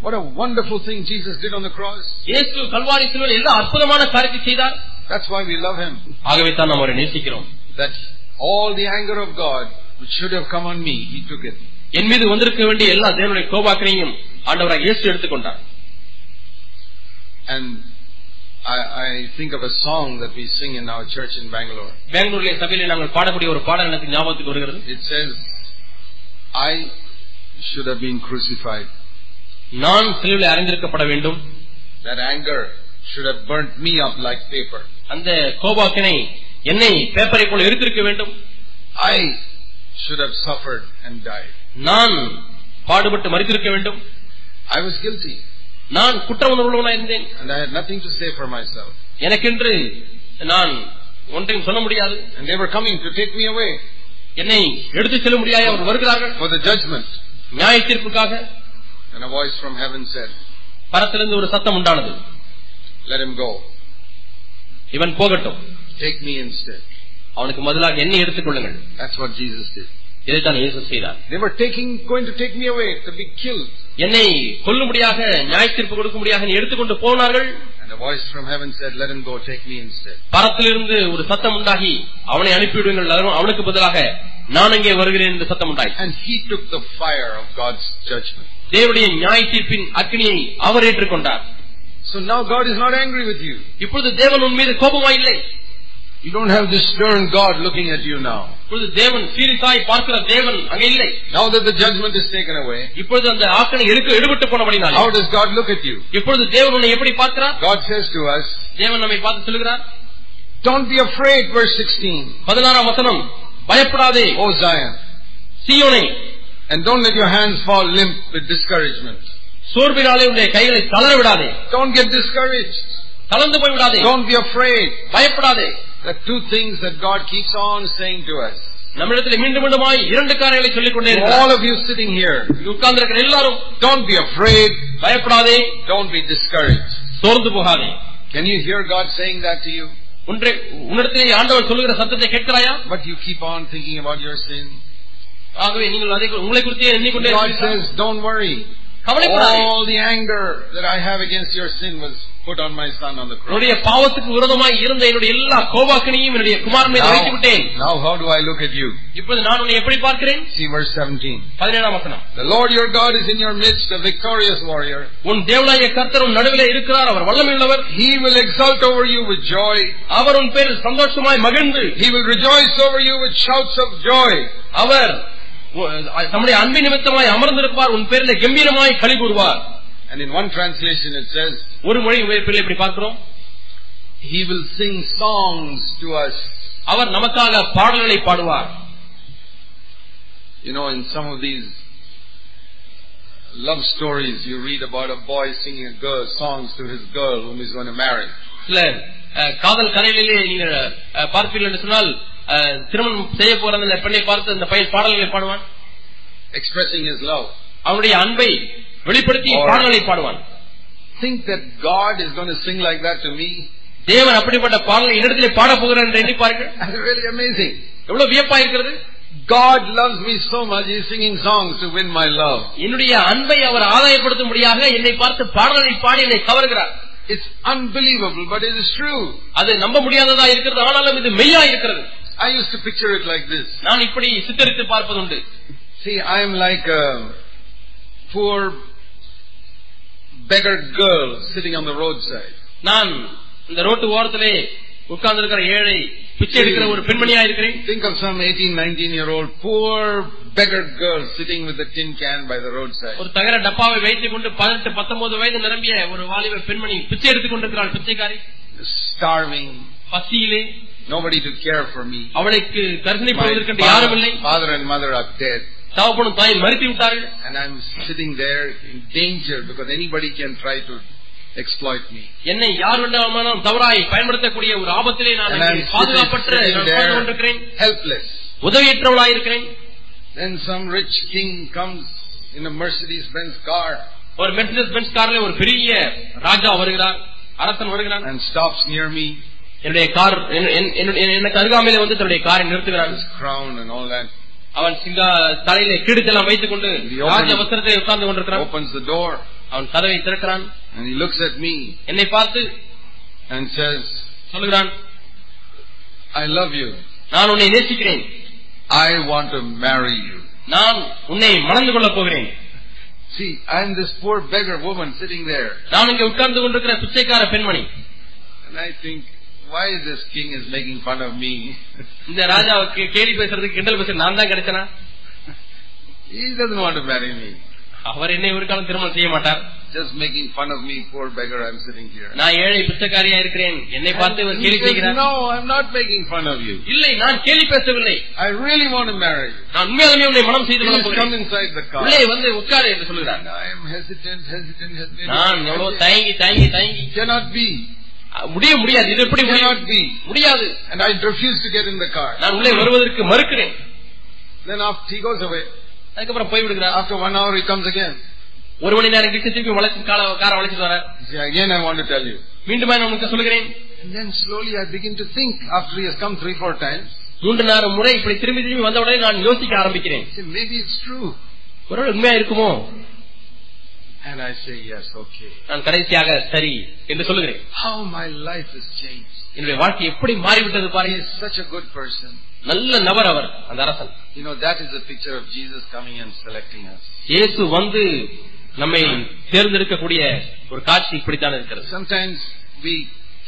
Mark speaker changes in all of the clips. Speaker 1: What a wonderful thing Jesus did on the cross.
Speaker 2: இயேசு Calvary சிலுவையில் எல்லா அற்புதமான காரியத்தை செய்தார்
Speaker 1: That's why we love him.
Speaker 2: ஆகவே தான் நாம் அவரை நேசிக்கிறோம்
Speaker 1: That all the anger of God which should have come on me, he took it.
Speaker 2: என் மீது வந்திருக்க வேண்டிய எல்லா தேவனுடைய கோபாக்கனையும் ஆண்டவராக இயேசு எடுத்துக்கொண்டார்
Speaker 1: And I, I think of a song that we sing in our church in Bangalore.
Speaker 2: பெங்களூர்ல சபையில நாங்கள் பாடக்கூடிய ஒரு பாடல் எனக்கு ஞாபகத்துக்கு வருகிறது
Speaker 1: It says, I should have been crucified.
Speaker 2: நான் சிலுவையில் அறிந்திருக்கப்பட வேண்டும்
Speaker 1: That anger should have burnt me up like paper.
Speaker 2: அந்த கோபாக்கினை என்னை பேப்பரை போல இருந்திருக்க வேண்டும்
Speaker 1: I should have suffered and died.
Speaker 2: நான் பாடுபட்டு மறித்திருக்க வேண்டும்
Speaker 1: I was guilty
Speaker 2: நான் குற்ற உணர்வுள்ளவனா இருந்தேன்
Speaker 1: and I had nothing to say for myself.
Speaker 2: எனக்கென்று நான் ஒன்றையும் சொல்ல முடியாது
Speaker 1: And they were coming to take me away
Speaker 2: என்னை எடுத்துச் செல்ல முடியாய் அவர் வருகிறார்கள்
Speaker 1: for the judgment.
Speaker 2: நியாய தீர்ப்புக்காக
Speaker 1: And a voice from heaven said,
Speaker 2: பரத்திலிருந்து ஒரு சத்தம் உண்டானது
Speaker 1: Let him go.
Speaker 2: இவன் போகட்டும்
Speaker 1: Take me instead.
Speaker 2: அவனுக்கு முதலாக என்னை எடுத்துக்கொள்ளுங்கள்
Speaker 1: That's what Jesus did.
Speaker 2: இதைத்தான் இயேசு செய்தார்
Speaker 1: They were taking, going to take me away to be killed.
Speaker 2: என்னை கொல்லும்படியாக நியாய தீர்ப்பு கொடுக்கும்படியாக என்னை எடுத்துக்கொண்டு போனார்கள்
Speaker 1: And a voice from heaven said, Let him go. Take me instead.
Speaker 2: பரத்திலிருந்து ஒரு சத்தம் உண்டாகி அவனை அனுப்பிவிடுங்கள் எல்லாரும் அவனுக்கு பதிலாக நான் அங்கே வருகிறேன் என்று சத்தம் உண்டாய்
Speaker 1: And he took the fire of God's judgment.
Speaker 2: தேவனுடைய நியாய தீர்ப்பின் அக்னியை அவர் ஏற்றுக்கொண்டார்
Speaker 1: So now God is not angry with you.
Speaker 2: இப்பொழுது தேவன் உன் மீது கோபமா இல்லை
Speaker 1: You don't have this stern God looking at you now.
Speaker 2: இப்பொழுது தேவன் சீரிசாய் பார்க்கிற தேவன் அங்கே இல்லை
Speaker 1: Now that the judgment is taken away,
Speaker 2: இப்பொழுது அந்த ஆக்கனை எடுக்க எடுபட்டு போனபடினால
Speaker 1: how does God look at you?
Speaker 2: இப்பொழுது தேவன் உன்னை எப்படி பார்க்கிறார்
Speaker 1: God says to us,
Speaker 2: தேவன் நம்மை பார்த்து சொல்கிறார்
Speaker 1: Don't be afraid, verse 16,
Speaker 2: பதினாறாம் வசனம் பயப்படாதே ஓ
Speaker 1: O Zion,
Speaker 2: சீயோனே
Speaker 1: and don't let your hands fall limp with discouragement.
Speaker 2: சோர்வினாலே உன்னுடைய கைகளை தளர விடாதே
Speaker 1: Don't get discouraged.
Speaker 2: தளர்ந்து போய் விடாதே
Speaker 1: Don't be afraid.
Speaker 2: பயப்படாதே
Speaker 1: There are two things that God keeps on saying to us.
Speaker 2: நம்மிடத்தில் மீண்டும் மீண்டுமாய் இரண்டு காரியங்களை சொல்லிக் கொண்டே
Speaker 1: To
Speaker 2: இருக்கிறார்
Speaker 1: all of you sitting here,
Speaker 2: இங்கு உட்கார்ந்திருக்கிற எல்லாரும்
Speaker 1: don't be afraid.
Speaker 2: பயப்படாதே
Speaker 1: Don't be discouraged.
Speaker 2: சோர்ந்து போகாதே
Speaker 1: Can you hear God saying that to you?
Speaker 2: ஒன்றை உன்னிடத்திலே ஆண்டவர் சொல்லுகிற சத்தத்தை கேட்கிறாயா
Speaker 1: But you keep on thinking about your sin.
Speaker 2: ஆகவே நீங்கள் அதை கு- உங்களை குறித்தே எண்ணிக்கொண்டே
Speaker 1: God
Speaker 2: இருக்கிறீர்கள்.
Speaker 1: says, don't worry.
Speaker 2: கவலைப்படாதே
Speaker 1: All the anger that I have against your sin was put on my son on the cross.
Speaker 2: என்னுடைய பாவத்துக்கு விரோதமாய் இருந்த என்னுடைய எல்லா கோபாக்கனையும் என்னுடைய குமார் மீது வைத்து விட்டேன்
Speaker 1: now how do I look at you?
Speaker 2: இப்பொழுது நான் உன்னை எப்படி பார்க்கிறேன்
Speaker 1: See verse 17.
Speaker 2: பதினேழாம் வசனம்
Speaker 1: The Lord your God is in your midst, a victorious warrior.
Speaker 2: உன் தேவனாய கர்த்தர் உன் நடுவிலே இருக்கிறார் அவர் வல்லமையுள்ளவர்
Speaker 1: He will exult over you with joy.
Speaker 2: அவர் உன் பேரில் சந்தோஷமாய் மகிழ்ந்து
Speaker 1: He will rejoice over you with shouts of joy.
Speaker 2: அவர் உ- தம்முடைய அன்பின் நிமித்தமாய் அமர்ந்திருப்பார் உன் பேரில் கம்பீரமாய் களி கூறுவார்
Speaker 1: And in one translation it says,
Speaker 2: ஒரு மொழி உபயோகத்தில் இப்படி பார்க்கிறோம்
Speaker 1: He will sing songs to us.
Speaker 2: அவர் நமக்காக பாடல்களை பாடுவார்
Speaker 1: You know, in some of these love stories, you read about a boy singing a girl songs to his girl whom he's going to marry.
Speaker 2: சில அஹ், காதல் கலைகளிலே நீங்கள் அஹ், பார்ப்பீர்கள் என்று சொன்னால் அஹ், திருமணம் செய்ய போற அந்த பெண்ணை பார்த்து அந்த பையன் பாடல்களை பாடுவான்
Speaker 1: expressing his love.
Speaker 2: அவனுடைய அன்பை வெளிப்படுத்தி
Speaker 1: Alright.
Speaker 2: பாடல்களை பாடுவான்
Speaker 1: Think that God is going to sing like that to me?
Speaker 2: தேவன் அப்படிப்பட்ட பாடலை என்னிடத்திலே பாட போகிறார் என்று எண்ணிப்பார்கள்
Speaker 1: That's really amazing.
Speaker 2: எவ்வளவு வியப்பா இருக்கிறது
Speaker 1: God loves me so much, he's singing songs to win my love.
Speaker 2: என்னுடைய அன்பை அவர் ஆதாயப்படுத்தும்படியாக என்னை பார்த்து பாடலை பாடி என்னை கவர்கிறார்
Speaker 1: It's unbelievable, but it is true.
Speaker 2: அது நம்ப முடியாததா இருக்கிறது ஆனாலும் இது மெய்யா இருக்கிறது
Speaker 1: I used to picture it like this.
Speaker 2: நான் இப்படி சித்தரித்து பார்ப்பதுண்டு
Speaker 1: See, I'm like a poor beggar girl sitting on the roadside.
Speaker 2: நான் இந்த ரோட்டு ஓரத்திலே உட்கார்ந்து இருக்கிற ஏழை பிச்சை எடுக்கிற ஒரு பெண்மணியா இருக்கிறேன்
Speaker 1: Think of some 18, 19 year old poor beggar girl sitting with a tin can by the roadside.
Speaker 2: ஒரு தகர டப்பாவை வைத்துக் கொண்டு பதினெட்டு பத்தொன்பது வயது நிரம்பிய ஒரு வாலிப பெண்மணி பிச்சை எடுத்துக் கொண்டிருக்கிறாள் பிச்சைக்காரி
Speaker 1: Starving,
Speaker 2: பசியிலே
Speaker 1: nobody to care for me.
Speaker 2: அவளுக்கு கர்ப்பிணி
Speaker 1: My
Speaker 2: போவதற்கு யாரும் இல்லை
Speaker 1: father, father and mother are dead.
Speaker 2: தகப்பனும் தாய் மறுத்து விட்டார்கள்
Speaker 1: and I'm sitting there in danger because anybody can try to exploit me.
Speaker 2: என்னை யார் வேண்டாமானாலும் தவறாய் பயன்படுத்தக்கூடிய ஒரு ஆபத்திலே நான்
Speaker 1: And I'm
Speaker 2: அங்கே
Speaker 1: sitting,
Speaker 2: பாதுகாப்பற்ற
Speaker 1: sitting
Speaker 2: நான் உட்கார்ந்து
Speaker 1: there
Speaker 2: கொண்டிருக்கிறேன்
Speaker 1: helpless.
Speaker 2: உதவியற்றவளாய் இருக்கிறேன்
Speaker 1: Then some rich king comes in a Mercedes Benz car
Speaker 2: ஒரு மெர்சிடஸ் பென்ஸ் கார்ல ஒரு பெரிய ராஜா வருகிறார் அரசன் வருகிறான்
Speaker 1: and stops near me,
Speaker 2: என்னுடைய கார் என்- என்- என்- எனக்கு அருகாமையில வந்து தன்னுடைய காரை நிறுத்துகிறான்
Speaker 1: his crown and all that.
Speaker 2: அவன் சிங்கா தலையில கிடுத்தெல்லாம் வைத்துக் கொண்டு
Speaker 1: The opening-
Speaker 2: ராஜ வஸ்திரத்தை உட்கார்ந்து கொண்டிருக்கிறான்
Speaker 1: Opens the door
Speaker 2: அவன் கதவை திறக்கிறான்
Speaker 1: And he looks at me
Speaker 2: என்னை பார்த்து
Speaker 1: and says,
Speaker 2: சொல்லுகிறான்
Speaker 1: I love you.
Speaker 2: நான் உன்னை நேசிக்கிறேன்
Speaker 1: I want to marry you.
Speaker 2: நான் உன்னை மணந்து கொள்ளப் போகிறேன்
Speaker 1: See, I'm this poor beggar woman sitting there.
Speaker 2: நான் இங்கே உட்கார்ந்து கொண்டிருக்கிற பிச்சைக்கார பெண்மணி
Speaker 1: And I think, why this king is making fun of me?
Speaker 2: இந்த ராஜாவுக்கு கேலி பேசுறதுக்கு கிண்டல் பேசுறது நான் தான் கிடைச்சனா
Speaker 1: he doesn't want to marry me.
Speaker 2: அவர் என்னை ஒரு காலம் திருமணம் செய்ய மாட்டார்
Speaker 1: Just making fun of me, poor beggar, I'm sitting here.
Speaker 2: நான் ஏழை பிச்சைக்காரியா இருக்கிறேன் என்னை பார்த்து இவர்
Speaker 1: And he
Speaker 2: கேலி
Speaker 1: says,
Speaker 2: செய்கிறார்
Speaker 1: no, I'm not making fun of you.
Speaker 2: இல்லை நான் கேலி பேசவில்லை
Speaker 1: I really want to marry you.
Speaker 2: நான் உண்மையாலுமே உன்னை மனம் செய்து கொள்ளப்
Speaker 1: Please come
Speaker 2: போகிறேன்
Speaker 1: inside the car.
Speaker 2: உள்ளே வந்து உட்காரு என்று சொல்கிறார்
Speaker 1: And I am hesitant, hesitant, hesitant.
Speaker 2: நான் எவ்வளவு தயங்கி தயங்கி தயங்கி
Speaker 1: It cannot be.
Speaker 2: அஹ், முடிய முடியாது இது எப்படி
Speaker 1: It
Speaker 2: முடியும்?
Speaker 1: cannot be.
Speaker 2: முடியாது
Speaker 1: And I refuse to get in the car.
Speaker 2: நான் உள்ளே வருவதற்கு மறுக்கிறேன்
Speaker 1: Then after he goes away,
Speaker 2: அதுக்கப்புறம் போய் விடுகிறார்
Speaker 1: after one hour he comes again.
Speaker 2: ஒரு மணி நேரம் கிட்ட திருப்பி வளைச்சு கால- காரை வளைச்சு வர
Speaker 1: He says, again I want to tell you.
Speaker 2: மீண்டும் நான் உங்களுக்கு சொல்கிறேன்
Speaker 1: And then slowly I begin to think after he has come three, four times.
Speaker 2: மூன்று நேரம் முறை இப்படி திரும்பி திரும்பி வந்தவுடனே நான் யோசிக்க ஆரம்பிக்கிறேன்
Speaker 1: I say, maybe it's true.
Speaker 2: ஒருவேளை உண்மையா இருக்குமோ
Speaker 1: And I say, yes, okay.
Speaker 2: நான் கடைசியாக சரி என்று சொல்லுகிறேன்
Speaker 1: How my life has changed.
Speaker 2: என்னுடைய வாழ்க்கை எப்படி மாறிவிட்டது
Speaker 1: He
Speaker 2: பாருங்க
Speaker 1: is such a good person.
Speaker 2: நல்ல நபர் அவர் அந்த அரசன்
Speaker 1: You know, that is a picture of Jesus coming and selecting us.
Speaker 2: இயேசு வந்து நம்மை தேர்ந்தெடுக்கக்கூடிய ஒரு காட்சி இப்படித்தான் இருக்கிறது
Speaker 1: Sometimes we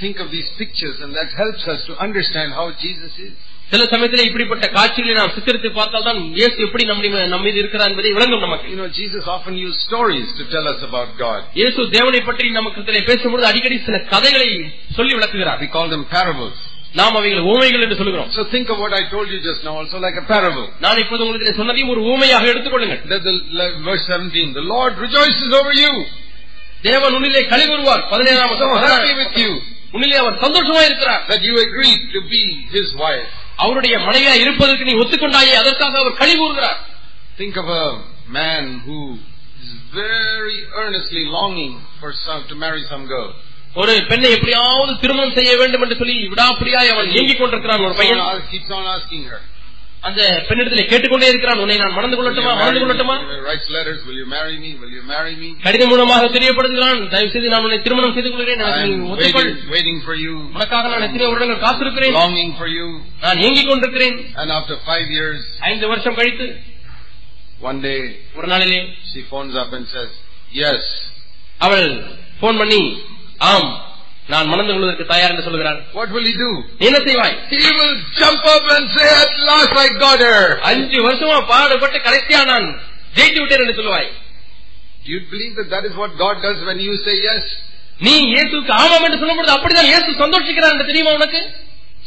Speaker 1: think of these pictures and that helps us to understand how Jesus is.
Speaker 2: சில சமயத்தில் இப்படிப்பட்ட காட்சிகளை நாம் சித்தரித்து பார்த்தால் தான் இயேசு எப்படி நம்முடைய நம் மீது இருக்கிறார் என்பதை விளங்கும் நமக்கு
Speaker 1: You know, Jesus often used stories to tell us about God.
Speaker 2: இயேசு தேவனை பற்றி நமக்கு இதிலே பேசும்பொழுது அடிக்கடி சில கதைகளை சொல்லி விளக்குகிறார்
Speaker 1: We call them parables.
Speaker 2: நாம் அவைகளை ஊமைகள் என்று சொல்கிறோம்
Speaker 1: So think of what I told you just now also like a parable.
Speaker 2: நான் இப்போது உங்களுக்கு சொன்னதையும் ஒரு ஊமையாக எடுத்துக்கொள்ளுங்கள்
Speaker 1: That the, like verse 17, the Lord rejoices over you.
Speaker 2: தேவன் உன்னிலே களி கூறுவார் பதினேழாம்
Speaker 1: So happy with
Speaker 2: வசனம்.
Speaker 1: you
Speaker 2: உன்னிலே அவர் சந்தோஷமா இருக்கிறார்
Speaker 1: that you agreed to be his wife.
Speaker 2: அவருடைய மனைவியா இருப்பதற்கு நீ ஒத்துக்கொண்டாயே அதற்காக அவர் களி கூறுகிறார்
Speaker 1: Think of a man who is very earnestly longing for some, to marry some girl.
Speaker 2: ஒரு பெண்ணை எப்படியாவது திருமணம் செய்ய வேண்டும் என்று சொல்லி விடாப்பிடியாய் அவன் இயங்கிக் கொண்டிருக்கிறான் ஒரு
Speaker 1: Keeps
Speaker 2: பையன்
Speaker 1: on, keeps on asking her.
Speaker 2: அந்த பெண்ணிடத்திலே கேட்டுக்கொண்டே இருக்கிறான் உன்னை நான் மணந்து
Speaker 1: Will you
Speaker 2: கொள்ளட்டுமா
Speaker 1: marry
Speaker 2: மணந்து
Speaker 1: me?
Speaker 2: கொள்ளட்டுமா
Speaker 1: He writes letters, will you marry me? Will you marry me?
Speaker 2: கடிதம் மூலமாக தெரியப்படுத்துகிறான் தயவு செய்து நான் உன்னை திருமணம் செய்து கொள்கிறேன் எனக்கு நீ
Speaker 1: I'm
Speaker 2: ஒத்துக்கொள்
Speaker 1: waiting, waiting for you.
Speaker 2: உனக்காக நான் எத்தனை வருடங்கள் காத்திருக்கிறேன்
Speaker 1: Longing for you.
Speaker 2: நான் இயங்கிக் கொண்டிருக்கிறேன்
Speaker 1: And after five years,
Speaker 2: ஐந்து வருஷம் கழித்து
Speaker 1: one day
Speaker 2: ஒரு நாளிலே
Speaker 1: she phones up and says, yes,
Speaker 2: அவள் போன் பண்ணி ஆம் நான் மணந்து கொள்வதற்கு தயார் என்று சொல்கிறாள்
Speaker 1: what will he do?
Speaker 2: நீ என்ன செய்வாய்
Speaker 1: He will jump up and say, at last I got her.
Speaker 2: அஞ்சு வருஷமா பாடுபட்டு கடைசியா நான் ஜெயித்து விட்டேன் என்று சொல்லுவாய்
Speaker 1: Do you believe that that is what God does when you say yes?
Speaker 2: நீ இயேசுக்கு ஆமாம் என்று சொல்லும்பொழுது அப்படிதான் இயேசு சந்தோஷிக்கிறார் என்று தெரியுமா உனக்கு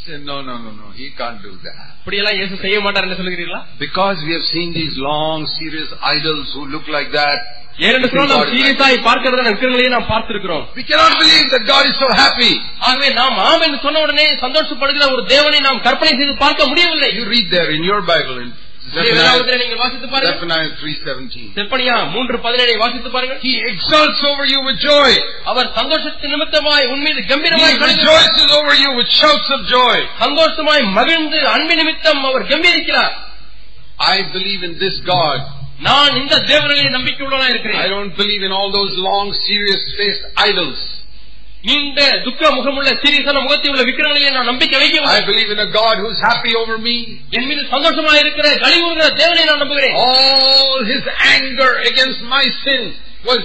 Speaker 1: Say, no, no, no, no, he can't do that.
Speaker 2: அப்படியெல்லாம் இயேசு செய்ய மாட்டார் என்று சொல்கிறீர்களா
Speaker 1: Because we have seen these long, serious idols who look like that.
Speaker 2: ஏனென்று சொன்னால் நாம் சீரியஸாய் பார்க்கிறதான விக்கிரங்களையே நாம் பார்த்திருக்கிறோம்
Speaker 1: We cannot believe that God is so happy.
Speaker 2: ஆகவே நாம் ஆம் என்று சொன்ன உடனே சந்தோஷப்படுகிற ஒரு தேவனை நாம் கற்பனை செய்து பார்க்க முடியவில்லை
Speaker 1: You read there in your Bible in Zephaniah,
Speaker 2: வேதாகமத்தில் நீங்கள் வாசித்து பாருங்கள்
Speaker 1: Zephaniah 3.17.
Speaker 2: செப்பனியா மூன்று பதினேழை வாசித்து பாருங்கள்
Speaker 1: He exalts over you with joy.
Speaker 2: அவர் சந்தோஷத்தின் நிமித்தமாய் உன் மீது
Speaker 1: He
Speaker 2: கம்பீரமாய் கலங்குகிறார்.
Speaker 1: rejoices over you with shouts of joy.
Speaker 2: சந்தோஷமாய் மகிழ்ந்து அன்பின் நிமித்தம் அவர் கம்பீரிக்கிறார்
Speaker 1: I believe in this God.
Speaker 2: நான் இந்த தேவனிலே நம்பிக்கையுள்ளனா
Speaker 1: I
Speaker 2: இருக்கிறேன்
Speaker 1: don't believe in all those long, serious-faced idols.
Speaker 2: நீண்ட துக்க முகமுள்ள சீரியஸான முகத்தை உள்ள விக்கிரங்களிலே நான் நம்பிக்கை வைக்கவில்லை
Speaker 1: I believe in a God who's happy over me.
Speaker 2: என் மீது சந்தோஷமா இருக்கிற கழிவுகிற தேவனை நான் நம்புகிறேன்
Speaker 1: All his anger against my sin was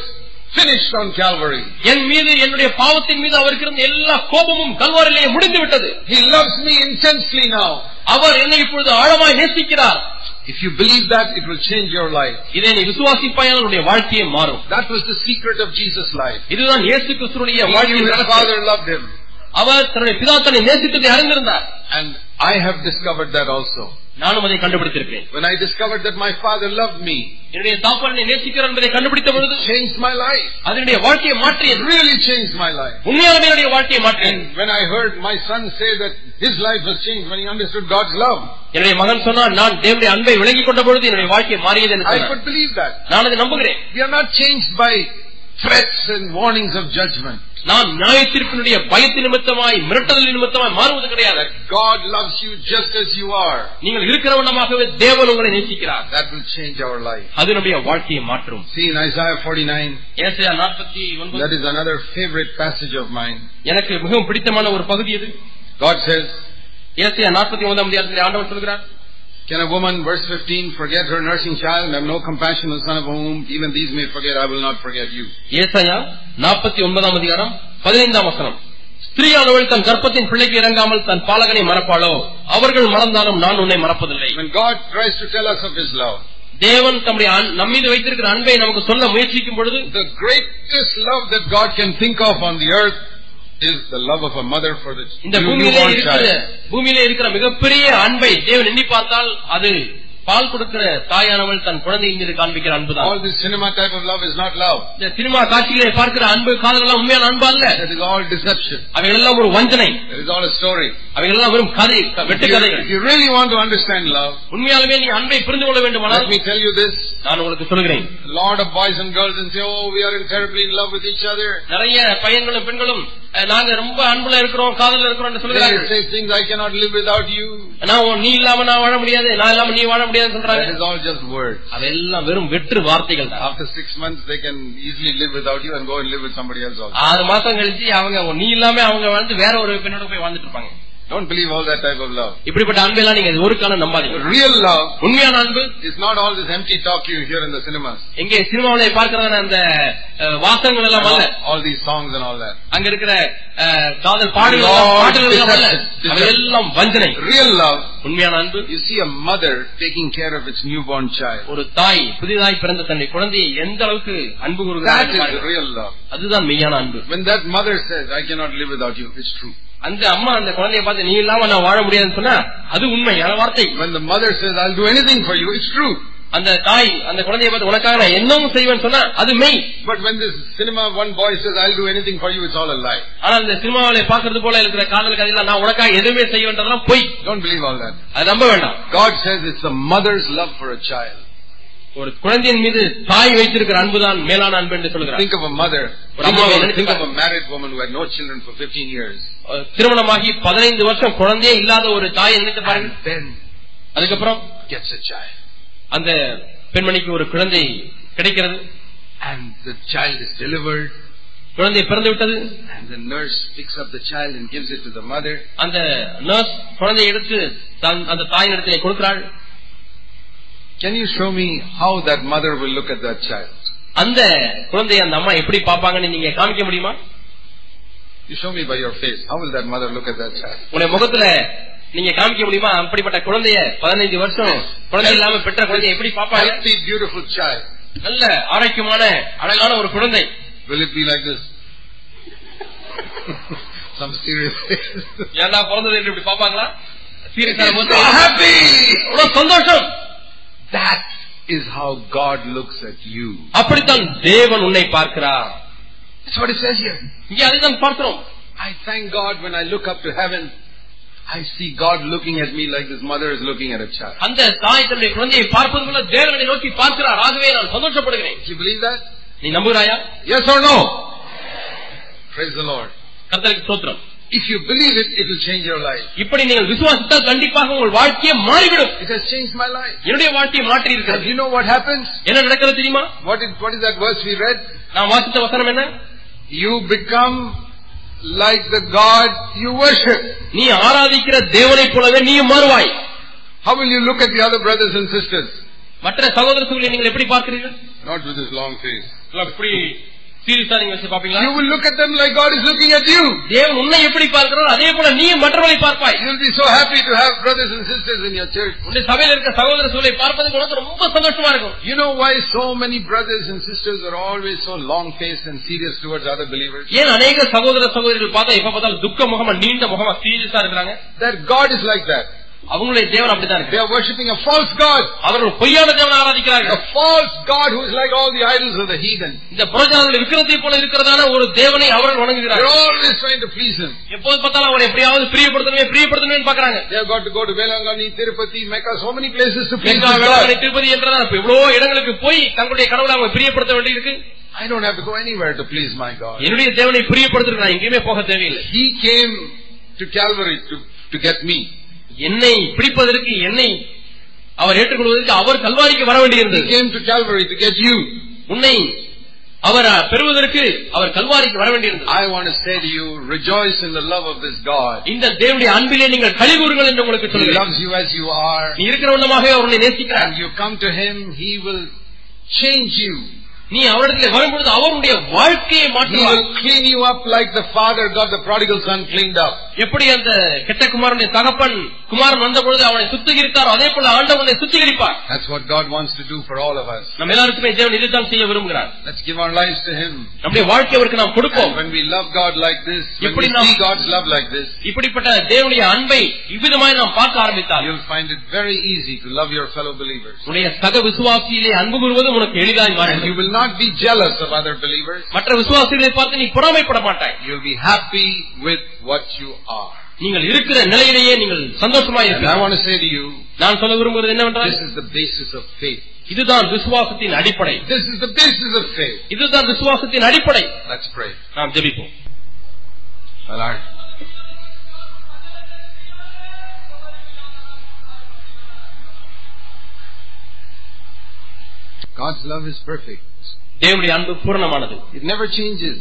Speaker 1: finished on Calvary.
Speaker 2: என் மீது என்னுடைய பாவத்தின் மீது அவருக்கு இருந்த எல்லா கோபமும் கல்வாரிலேயே முடிந்து விட்டது
Speaker 1: He loves me intensely now.
Speaker 2: அவர் என்னை இப்பொழுது ஆழமாய் நேசிக்கிறார்
Speaker 1: If you believe that, it will change your life.
Speaker 2: இதை நீ விசுவாசிப்பாயால் உன்னுடைய வாழ்க்கையே மாறும்
Speaker 1: That was the secret of Jesus' life.
Speaker 2: இதுதான் இயேசு கிறிஸ்துடைய
Speaker 1: He knew
Speaker 2: வாழ்க்கையின்
Speaker 1: his
Speaker 2: ரகசியம்.
Speaker 1: father loved him.
Speaker 2: அவர் தன்னுடைய பிதா தன்னை நேசித்ததை அறிந்திருந்தார்
Speaker 1: And I have discovered that also.
Speaker 2: நானும் அதை கண்டுபிடித்திருக்கிறேன்
Speaker 1: When I discovered that my father loved me,
Speaker 2: என்னுடைய தாப்பாளனை நேசிக்கிறார் என்பதை கண்டுபிடித்த பொழுது
Speaker 1: it changed my life.
Speaker 2: அதனுடைய வாழ்க்கையை
Speaker 1: It
Speaker 2: மாற்றியது
Speaker 1: really changed my life.
Speaker 2: உண்மையாலுமே என்னுடைய வாழ்க்கையை மாற்றியது
Speaker 1: And when I heard my son say that his life was changed when he understood God's love,
Speaker 2: என்னுடைய மகன் சொன்னான் நான் தேவனுடைய அன்பை விளங்கிக் கொண்ட பொழுது என்னுடைய வாழ்க்கை மாறியது என்று
Speaker 1: I
Speaker 2: சொன்னான்.
Speaker 1: could believe that.
Speaker 2: நான் அதை நம்புகிறேன்
Speaker 1: We are not changed by threats and warnings of judgment.
Speaker 2: நாம் நியாய தீர்ப்பினுடைய பயத்து நிமித்தமாய் மிரட்டல் நிமித்தமாய் மாறுவது கிடையாது
Speaker 1: That God loves you just as you are.
Speaker 2: நீங்கள் இருக்கிற வண்ணமாகவே தேவன் உங்களை நேசிக்கிறார்
Speaker 1: That will change our life.
Speaker 2: அது நம்முடைய வாழ்க்கையை மாற்றும்
Speaker 1: See in Isaiah 49,
Speaker 2: ஏசாயா நாற்பத்தி
Speaker 1: that
Speaker 2: ஒன்பது
Speaker 1: is another favorite passage of mine.
Speaker 2: எனக்கு மிகவும் பிடித்தமான ஒரு பகுதி இது
Speaker 1: God says,
Speaker 2: ஏசாயா நாற்பத்தி ஒன்பதாம் அதிகாரத்தில் ஆண்டவன் சொல்கிறார்
Speaker 1: Can a woman, verse 15, forget her nursing child and have no compassion on the son of whom even these may forget? I will not forget you.
Speaker 2: ஏசாயா நாற்பத்தி ஒன்பதாம் அதிகாரம் பதினைந்தாம் வசனம் ஸ்திரீயானவள் தன் கற்பத்தின் பிள்ளைக்கு இறங்காமல் தன் பாலகனை மறப்பாளோ அவர்கள் மறந்தாலும் நான் உன்னை மறப்பதில்லை
Speaker 1: When God tries to tell us of His love,
Speaker 2: தேவன் தம்முடைய அன்- நம்மீது வைத்திருக்கிற அன்பை நமக்கு சொல்ல முயற்சிக்கும் பொழுது
Speaker 1: the greatest love that God can think of on the earth is the love of a mother for the
Speaker 2: இந்த
Speaker 1: new-
Speaker 2: பூமியிலே
Speaker 1: newborn
Speaker 2: இருக்கிற
Speaker 1: child.
Speaker 2: பூமியிலே இருக்கிற மிகப்பெரிய அன்பை தேவன் எண்ணி பார்த்தால் அது பால் கொடுக்கிற தாயானவள் தன் குழந்தையின் மீது காண்பிக்கிற அன்புதான்
Speaker 1: All this cinema type of love is not love.
Speaker 2: இந்த சினிமா காட்சியிலே பார்க்கிற அன்பு காதல் எல்லாம் உண்மையான அன்பு அல்ல
Speaker 1: That is all deception.
Speaker 2: அவைகள் எல்லாம் ஒரு வஞ்சனை
Speaker 1: That is all a story.
Speaker 2: அவைகள் எல்லாம் வெறும் கதை
Speaker 1: If you,
Speaker 2: வெட்டுக்கதை
Speaker 1: if you really want to understand love,
Speaker 2: உண்மையாலுமே நீ அன்பை புரிந்து கொள்ள வேண்டுமானால்
Speaker 1: let me tell you this.
Speaker 2: நான் உங்களுக்கு சொல்கிறேன்
Speaker 1: A lot of boys and girls and say, oh, we are in terribly in love with each other.
Speaker 2: நிறைய பையன்களும் பெண்களும் அஹ், நாங்க ரொம்ப அன்புல இருக்கிறோம் காதல்ல இருக்கிறோம் என்று
Speaker 1: They
Speaker 2: சொல்கிறார்கள்
Speaker 1: say things, I cannot live without you.
Speaker 2: நான் உன்- நீ இல்லாம நான் வாழ முடியாது நான் இல்லாம நீ வாழ முடியாதுன்னு சொல்றாங்க
Speaker 1: That is all just words.
Speaker 2: அதெல்லாம் வெறும் வெற்று வார்த்தைகள் தான்
Speaker 1: After six months, they can easily live without you and go and live with somebody else also.
Speaker 2: ஆறு மாசம் கழிச்சு அவங்க உன் நீ இல்லாம அவங்க வந்து வேற ஒரு பெண்ணோட போய் வாழ்ந்துட்டு இருப்பாங்க
Speaker 1: Don't believe all that type of love.
Speaker 2: இப்படிப்பட்ட அன்பை எல்லாம் நீங்க ஒரு காலம் நம்பாதீங்க
Speaker 1: Real love
Speaker 2: உண்மையான அன்பு
Speaker 1: is not all this empty talk you hear in the cinemas.
Speaker 2: எங்க சினிமாவில பார்க்கிறதான அந்த அஹ், வாசகங்கள் எல்லாம் அல்ல
Speaker 1: All these songs and all that.
Speaker 2: அங்க இருக்கிற அஹ், காதல் பாடுகள் எல்லாம், பாட்டுகள் எல்லாம் அல்ல அவையெல்லாம் வஞ்சனை
Speaker 1: Real love,
Speaker 2: உண்மையான அன்பு
Speaker 1: you see a mother taking care of its newborn child.
Speaker 2: ஒரு தாய் புதிதாய் பிறந்த தன்னை குழந்தையை எந்த அளவுக்கு அன்பு கூறுகிறார்
Speaker 1: That
Speaker 2: என்று
Speaker 1: is
Speaker 2: பாருங்கள்.
Speaker 1: real love.
Speaker 2: அதுதான் மெய்யான அன்பு
Speaker 1: When that mother says, I cannot live without you, it's true.
Speaker 2: அந்த அம்மா அந்த குழந்தையை பார்த்து நீ இல்லாம நான் வாழ முடியாதுன்னு சொன்னா அது உண்மையான வார்த்தை
Speaker 1: When the mother says, I'll do anything for you, it's true.
Speaker 2: அந்த தாய் அந்த குழந்தையை பார்த்து உனக்காக நான் என்னவும் செய்வேன்னு சொன்னா அது மெய்
Speaker 1: But when this cinema one boy says, I'll do anything for you, it's all a lie.
Speaker 2: ஆனா இந்த சினிமாவில பாக்குறது போல இருக்கிற காதல் கதையில நான் உனக்காக எதுவுமே செய்வேன்றதெல்லாம் பொய்
Speaker 1: Don't believe all that.
Speaker 2: அது நம்ப வேண்டாம்
Speaker 1: God says it's a mother's love for a child.
Speaker 2: ஒரு குழந்தையின் மீது தாய் வைத்திருக்கிற அன்புதான் மேலான அன்பு என்று சொல்கிறார்
Speaker 1: Think of a mother.
Speaker 2: But
Speaker 1: Think
Speaker 2: Amma,
Speaker 1: of,
Speaker 2: when-
Speaker 1: think of a married woman who had no children for 15 years.
Speaker 2: ஒரு திருமணமாகி பதினைந்து வருஷம் குழந்தையே இல்லாத ஒரு தாய் நினைத்து பாருங்க
Speaker 1: Then
Speaker 2: அதுக்கப்புறம்
Speaker 1: gets a child.
Speaker 2: அந்த பெண்மணிக்கு ஒரு குழந்தை கிடைக்கிறது
Speaker 1: And the child is delivered.
Speaker 2: குழந்தை பிறந்து விட்டது
Speaker 1: And the nurse picks up the child and gives it to the mother.
Speaker 2: அந்த நர்ஸ் குழந்தையை எடுத்து தன் அந்த தாயின் இடத்திலே கொடுக்கிறாள்
Speaker 1: Can you show me how that mother will look at that child?
Speaker 2: அந்த குழந்தையை அந்த அம்மா எப்படி பாப்பாங்கன்னு நீங்க காமிக்க முடியுமா
Speaker 1: You show me by your face. How will that mother look at that child?
Speaker 2: உங்களுடைய முகத்துல நீங்க காமிக்க முடியுமா அப்படிப்பட்ட குழந்தைய பதினைஞ்சு வருஷம் குழந்தை இல்லாம பெற்ற குழந்தைய எப்படி பாப்பாங்க
Speaker 1: Healthy, beautiful child.
Speaker 2: நல்ல ஆரோக்கியமான அழகான ஒரு குழந்தை
Speaker 1: Will it be like this? Some serious face.
Speaker 2: ஏன்டா பிறந்தது என்று இப்படி பாப்பாங்களா சீரியஸா
Speaker 1: So happy!
Speaker 2: எவ்வளவு சந்தோஷம்
Speaker 1: That is how God looks at you.
Speaker 2: அப்படித்தான் தேவன் உன்னை பார்க்கிறார்
Speaker 1: That's what it says here.
Speaker 2: இங்கே அதுதான் பார்க்கிறோம்
Speaker 1: I thank God when I look up to heaven, I see God looking at me like this mother is looking at a child.
Speaker 2: அந்த தாய் தன்னுடைய குழந்தையை பார்ப்பது போல தேவனை நோக்கி பார்க்கிறார் ஆகவே நான் சந்தோஷப்படுகிறேன்
Speaker 1: Do you believe that?
Speaker 2: நீ நம்புகிறாயா
Speaker 1: Yes or no? Praise the Lord.
Speaker 2: கர்த்தருக்கு சோத்திரம்
Speaker 1: If you believe it, it will change your life.
Speaker 2: இப்படி நீங்கள் விசுவாசித்தால் கண்டிப்பாக உங்கள் வாழ்க்கையே மாறிவிடும்
Speaker 1: It has changed my life.
Speaker 2: என்னுடைய வாழ்க்கையை மாற்றி
Speaker 1: And
Speaker 2: இருக்கிறது
Speaker 1: you know what happens?
Speaker 2: என்ன நடக்கிறது தெரியுமா
Speaker 1: What is, what is that verse we read?
Speaker 2: நான் வாசித்த வசனம் என்ன
Speaker 1: You become like the God you worship.
Speaker 2: நீ ஆராதிக்கிற தேவனைப் போலவே நீயும் மாறுவாய்
Speaker 1: How will you look at the other brothers and sisters?
Speaker 2: மற்ற சகோதர சகோதரிகளை நீங்கள் எப்படி பார்க்கிறீர்கள்
Speaker 1: Not with this long face.
Speaker 2: எல்லாம் இப்படி சீரியஸா நீங்க வச்சு பாப்பீங்களா
Speaker 1: You will look at them like God is looking at you.
Speaker 2: தேவன் உன்னை எப்படி பார்க்கிறாரோ அதே போல நீயும் மற்றவர்களை பார்ப்பாய்
Speaker 1: You'll be so happy to have brothers and sisters in your church.
Speaker 2: உன்னுடைய சபையில இருக்க சகோதர சூழலை பார்ப்பதுக்கு உனக்கு ரொம்ப சந்தோஷமா இருக்கும்
Speaker 1: You know why so many brothers and sisters are always so long faced and serious towards other believers?
Speaker 2: ஏன் அநேக சகோதர சகோதரிகள் பார்த்தா எப்ப பார்த்தாலும் துக்க முகமா நீண்ட முகமா சீரியஸா இருக்கிறாங்க
Speaker 1: That God is like that.
Speaker 2: அவங்களுடைய தேவன் அப்படிதான்
Speaker 1: They
Speaker 2: இருக்கு
Speaker 1: are worshipping a false God.
Speaker 2: அவர்கள் பொய்யான தேவனை
Speaker 1: A
Speaker 2: ஆராதிக்கிறார்கள்
Speaker 1: false God who is like all the idols of the heathen.
Speaker 2: இந்த புறஜாதிகள் விக்கிரத்தை போல இருக்கிறதான ஒரு தேவனை அவர்கள்
Speaker 1: They're
Speaker 2: வணங்குகிறார்கள்
Speaker 1: always trying to please Him.
Speaker 2: எப்போது பார்த்தாலும் அவரை எப்படியாவது பிரியப்படுத்தணுமே பிரியப்படுத்தணுமே பாக்குறாங்க
Speaker 1: They have got to go to Velangani, Tirupati, Mecca, so many places to please
Speaker 2: Lanka,
Speaker 1: this
Speaker 2: Velankanni,
Speaker 1: God.
Speaker 2: Tirupati என்றால் இப்ப இவ்வளவு இடங்களுக்கு போய் தங்களுடைய கடவுளை அவங்க பிரியப்படுத்த வேண்டியிருக்கு
Speaker 1: I don't have to go anywhere to please my God.
Speaker 2: என்னுடைய தேவனை பிரியப்படுத்துறதுக்கு நான் எங்கேயுமே போக தேவையில்லை
Speaker 1: He came to Calvary to, to get me.
Speaker 2: என்னை பிடிப்பதற்கு என்னை அவர் ஏற்றுக்கொள்வதற்கு அவர் கல்வாரிக்கு வர
Speaker 1: He
Speaker 2: வேண்டியிருந்தது
Speaker 1: came to Calvary to get you.
Speaker 2: உன்னை அவர் அஹ், பெறுவதற்கு அவர் கல்வாரிக்கு வர வேண்டியிருந்தது
Speaker 1: I want to say to you, rejoice in the love of this God.
Speaker 2: இந்த தேவனுடைய அன்பிலே நீங்கள் கழிவுறுங்கள் என்று உங்களுக்கு
Speaker 1: He
Speaker 2: சொல்கிறேன்
Speaker 1: loves you as you are.
Speaker 2: நீ இருக்கிறவண்ணமாகவே அவர் உன்னை நேசிக்கிறார்
Speaker 1: And you come to Him, He will change you.
Speaker 2: நீ அவரிடத்தில் வரும்பொழுது அவருடைய வாழ்க்கையை
Speaker 1: He
Speaker 2: மாற்றுவார்
Speaker 1: will clean you up like the father got the prodigal son cleaned up.
Speaker 2: எப்படி அந்த கெட்ட குமாரனுடைய தகப்பன் குமாரன் வந்த பொழுது அவனை சுத்திகரித்தார் அதே போல ஆண்டவனை சுத்திகரிப்பார்
Speaker 1: That's what God wants to do for all of us.
Speaker 2: நம்ம எல்லாருக்குமே தேவன் இதைத்தான் செய்ய விரும்புகிறார்
Speaker 1: Let's give our lives to Him.
Speaker 2: நம்முடைய வாழ்க்கை அவருக்கு நாம் கொடுப்போம்
Speaker 1: And when we love God like this, when we
Speaker 2: இப்படி நாம்-
Speaker 1: see God's love like this,
Speaker 2: இப்படிப்பட்ட தேவனுடைய அன்பை இவ்விதமாய் நாம் பார்க்க ஆரம்பித்தால்
Speaker 1: you'll find it very easy to love your fellow believers.
Speaker 2: உன்னுடைய சக விசுவாசியிலே அன்பு கூறுவதும் உனக்கு எளிதாய்
Speaker 1: And you
Speaker 2: மாறும்
Speaker 1: will not be jealous of other believers.
Speaker 2: மற்ற விசுவாசிகளை பார்த்து நீ பொறாமைப்பட மாட்டாய்
Speaker 1: You'll be happy with what you are.
Speaker 2: நீங்கள் இருக்கிற நிலையிலேயே நீங்கள் சந்தோஷமாய்
Speaker 1: And I
Speaker 2: இருக்கலாம்
Speaker 1: want to say to you,
Speaker 2: நான் சொல்ல விரும்புவது என்னவென்றால்
Speaker 1: this is the basis of faith.
Speaker 2: இதுதான் விசுவாசத்தின் அடிப்படை
Speaker 1: This is the basis of faith.
Speaker 2: இதுதான் விசுவாசத்தின் அடிப்படை
Speaker 1: Let's pray.
Speaker 2: நாம் ஜெபிப்போம்
Speaker 1: My Lord. God's love is perfect.
Speaker 2: தேவனுடைய அன்பு பூரணமானது
Speaker 1: It never changes.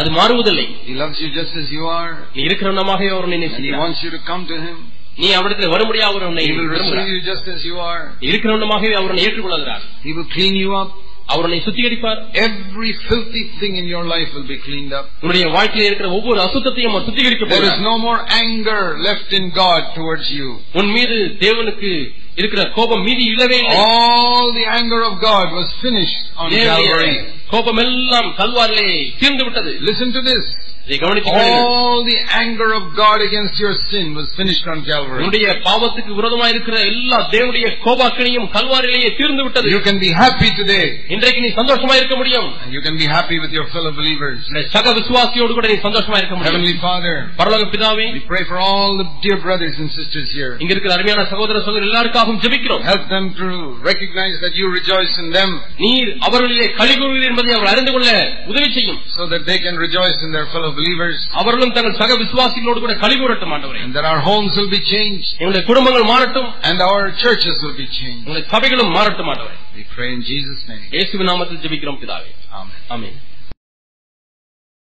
Speaker 2: அது மாறுவதில்லை
Speaker 1: He loves you just as you are.
Speaker 2: நீ இருக்கிறவனமாகவே அவர் உன்னை
Speaker 1: And He
Speaker 2: நேசிக்கிறார்
Speaker 1: wants you to come to Him.
Speaker 2: நீ அவரிடத்தில் வரும்படியா அவர் உன்னை
Speaker 1: He will receive
Speaker 2: விரும்புகிறார்
Speaker 1: you just as you are.
Speaker 2: நீ இருக்கிறவனமாகவே அவர் உன்னை ஏற்றுக்கொள்கிறார்
Speaker 1: He will clean you up.
Speaker 2: அவர் உன்னை சுத்திகரிப்பார்
Speaker 1: Every filthy thing in your life will be cleaned up.
Speaker 2: உன்னுடைய வாழ்க்கையில இருக்கிற ஒவ்வொரு அசுத்தத்தையும் அவர் சுத்திகரிக்க
Speaker 1: There is
Speaker 2: போகிறார்
Speaker 1: no more anger left in God towards you.
Speaker 2: உன் மீது தேவனுக்கு இருக்கிற கோபம் மீதி இல்லவே இல்லை
Speaker 1: All the anger of God was finished on
Speaker 2: தேவனுடைய
Speaker 1: Calvary.
Speaker 2: கோபம் எல்லாம் கல்வாரிலே தீர்ந்து விட்டது
Speaker 1: Listen to this.
Speaker 2: இதை கவனித்துக் கொள்ளுங்கள்.
Speaker 1: All the anger of God against your sin was finished on Calvary.
Speaker 2: உன்னுடைய பாவத்துக்கு விரோதமா இருக்கிற எல்லா தேவனுடைய கோபாக்கனையும் கல்வாரிலேயே தீர்ந்து விட்டது
Speaker 1: You can be happy today,
Speaker 2: இன்றைக்கு நீ சந்தோஷமா இருக்க முடியும்
Speaker 1: and you can be happy with your fellow believers.
Speaker 2: இந்த சக விசுவாசியோடு கூட நீ சந்தோஷமா இருக்க முடியும்
Speaker 1: Heavenly Father,
Speaker 2: பரலோக பிதாவே
Speaker 1: we pray for all the dear brothers and sisters here.
Speaker 2: இங்க இருக்கிற அருமையான சகோதர சகோதரர் எல்லாருக்காகவும் ஜெபிக்கிறோம்
Speaker 1: Help them to recognize that you rejoice in them
Speaker 2: நீர் அவர்களிலே கழிவுறீர் என்பதை அவர் அறிந்து கொள்ள உதவி செய்யும்
Speaker 1: so that they can rejoice in their fellow believers
Speaker 2: அவர்களும் தங்கள் சக விசுவாசிகளோடு கூட கழிவுறட்டும் ஆண்டவரே
Speaker 1: and that our homes will be changed
Speaker 2: எங்களுடைய குடும்பங்கள் மாறட்டும்
Speaker 1: and our churches will be changed.
Speaker 2: உங்களுடைய சபைகளும் மாறட்டும் ஆண்டவரே
Speaker 1: We pray in Jesus' name.
Speaker 2: இயேசுவின் நாமத்தில் ஜெபிக்கிறோம் பிதாவே
Speaker 1: Amen.
Speaker 2: ஆமென்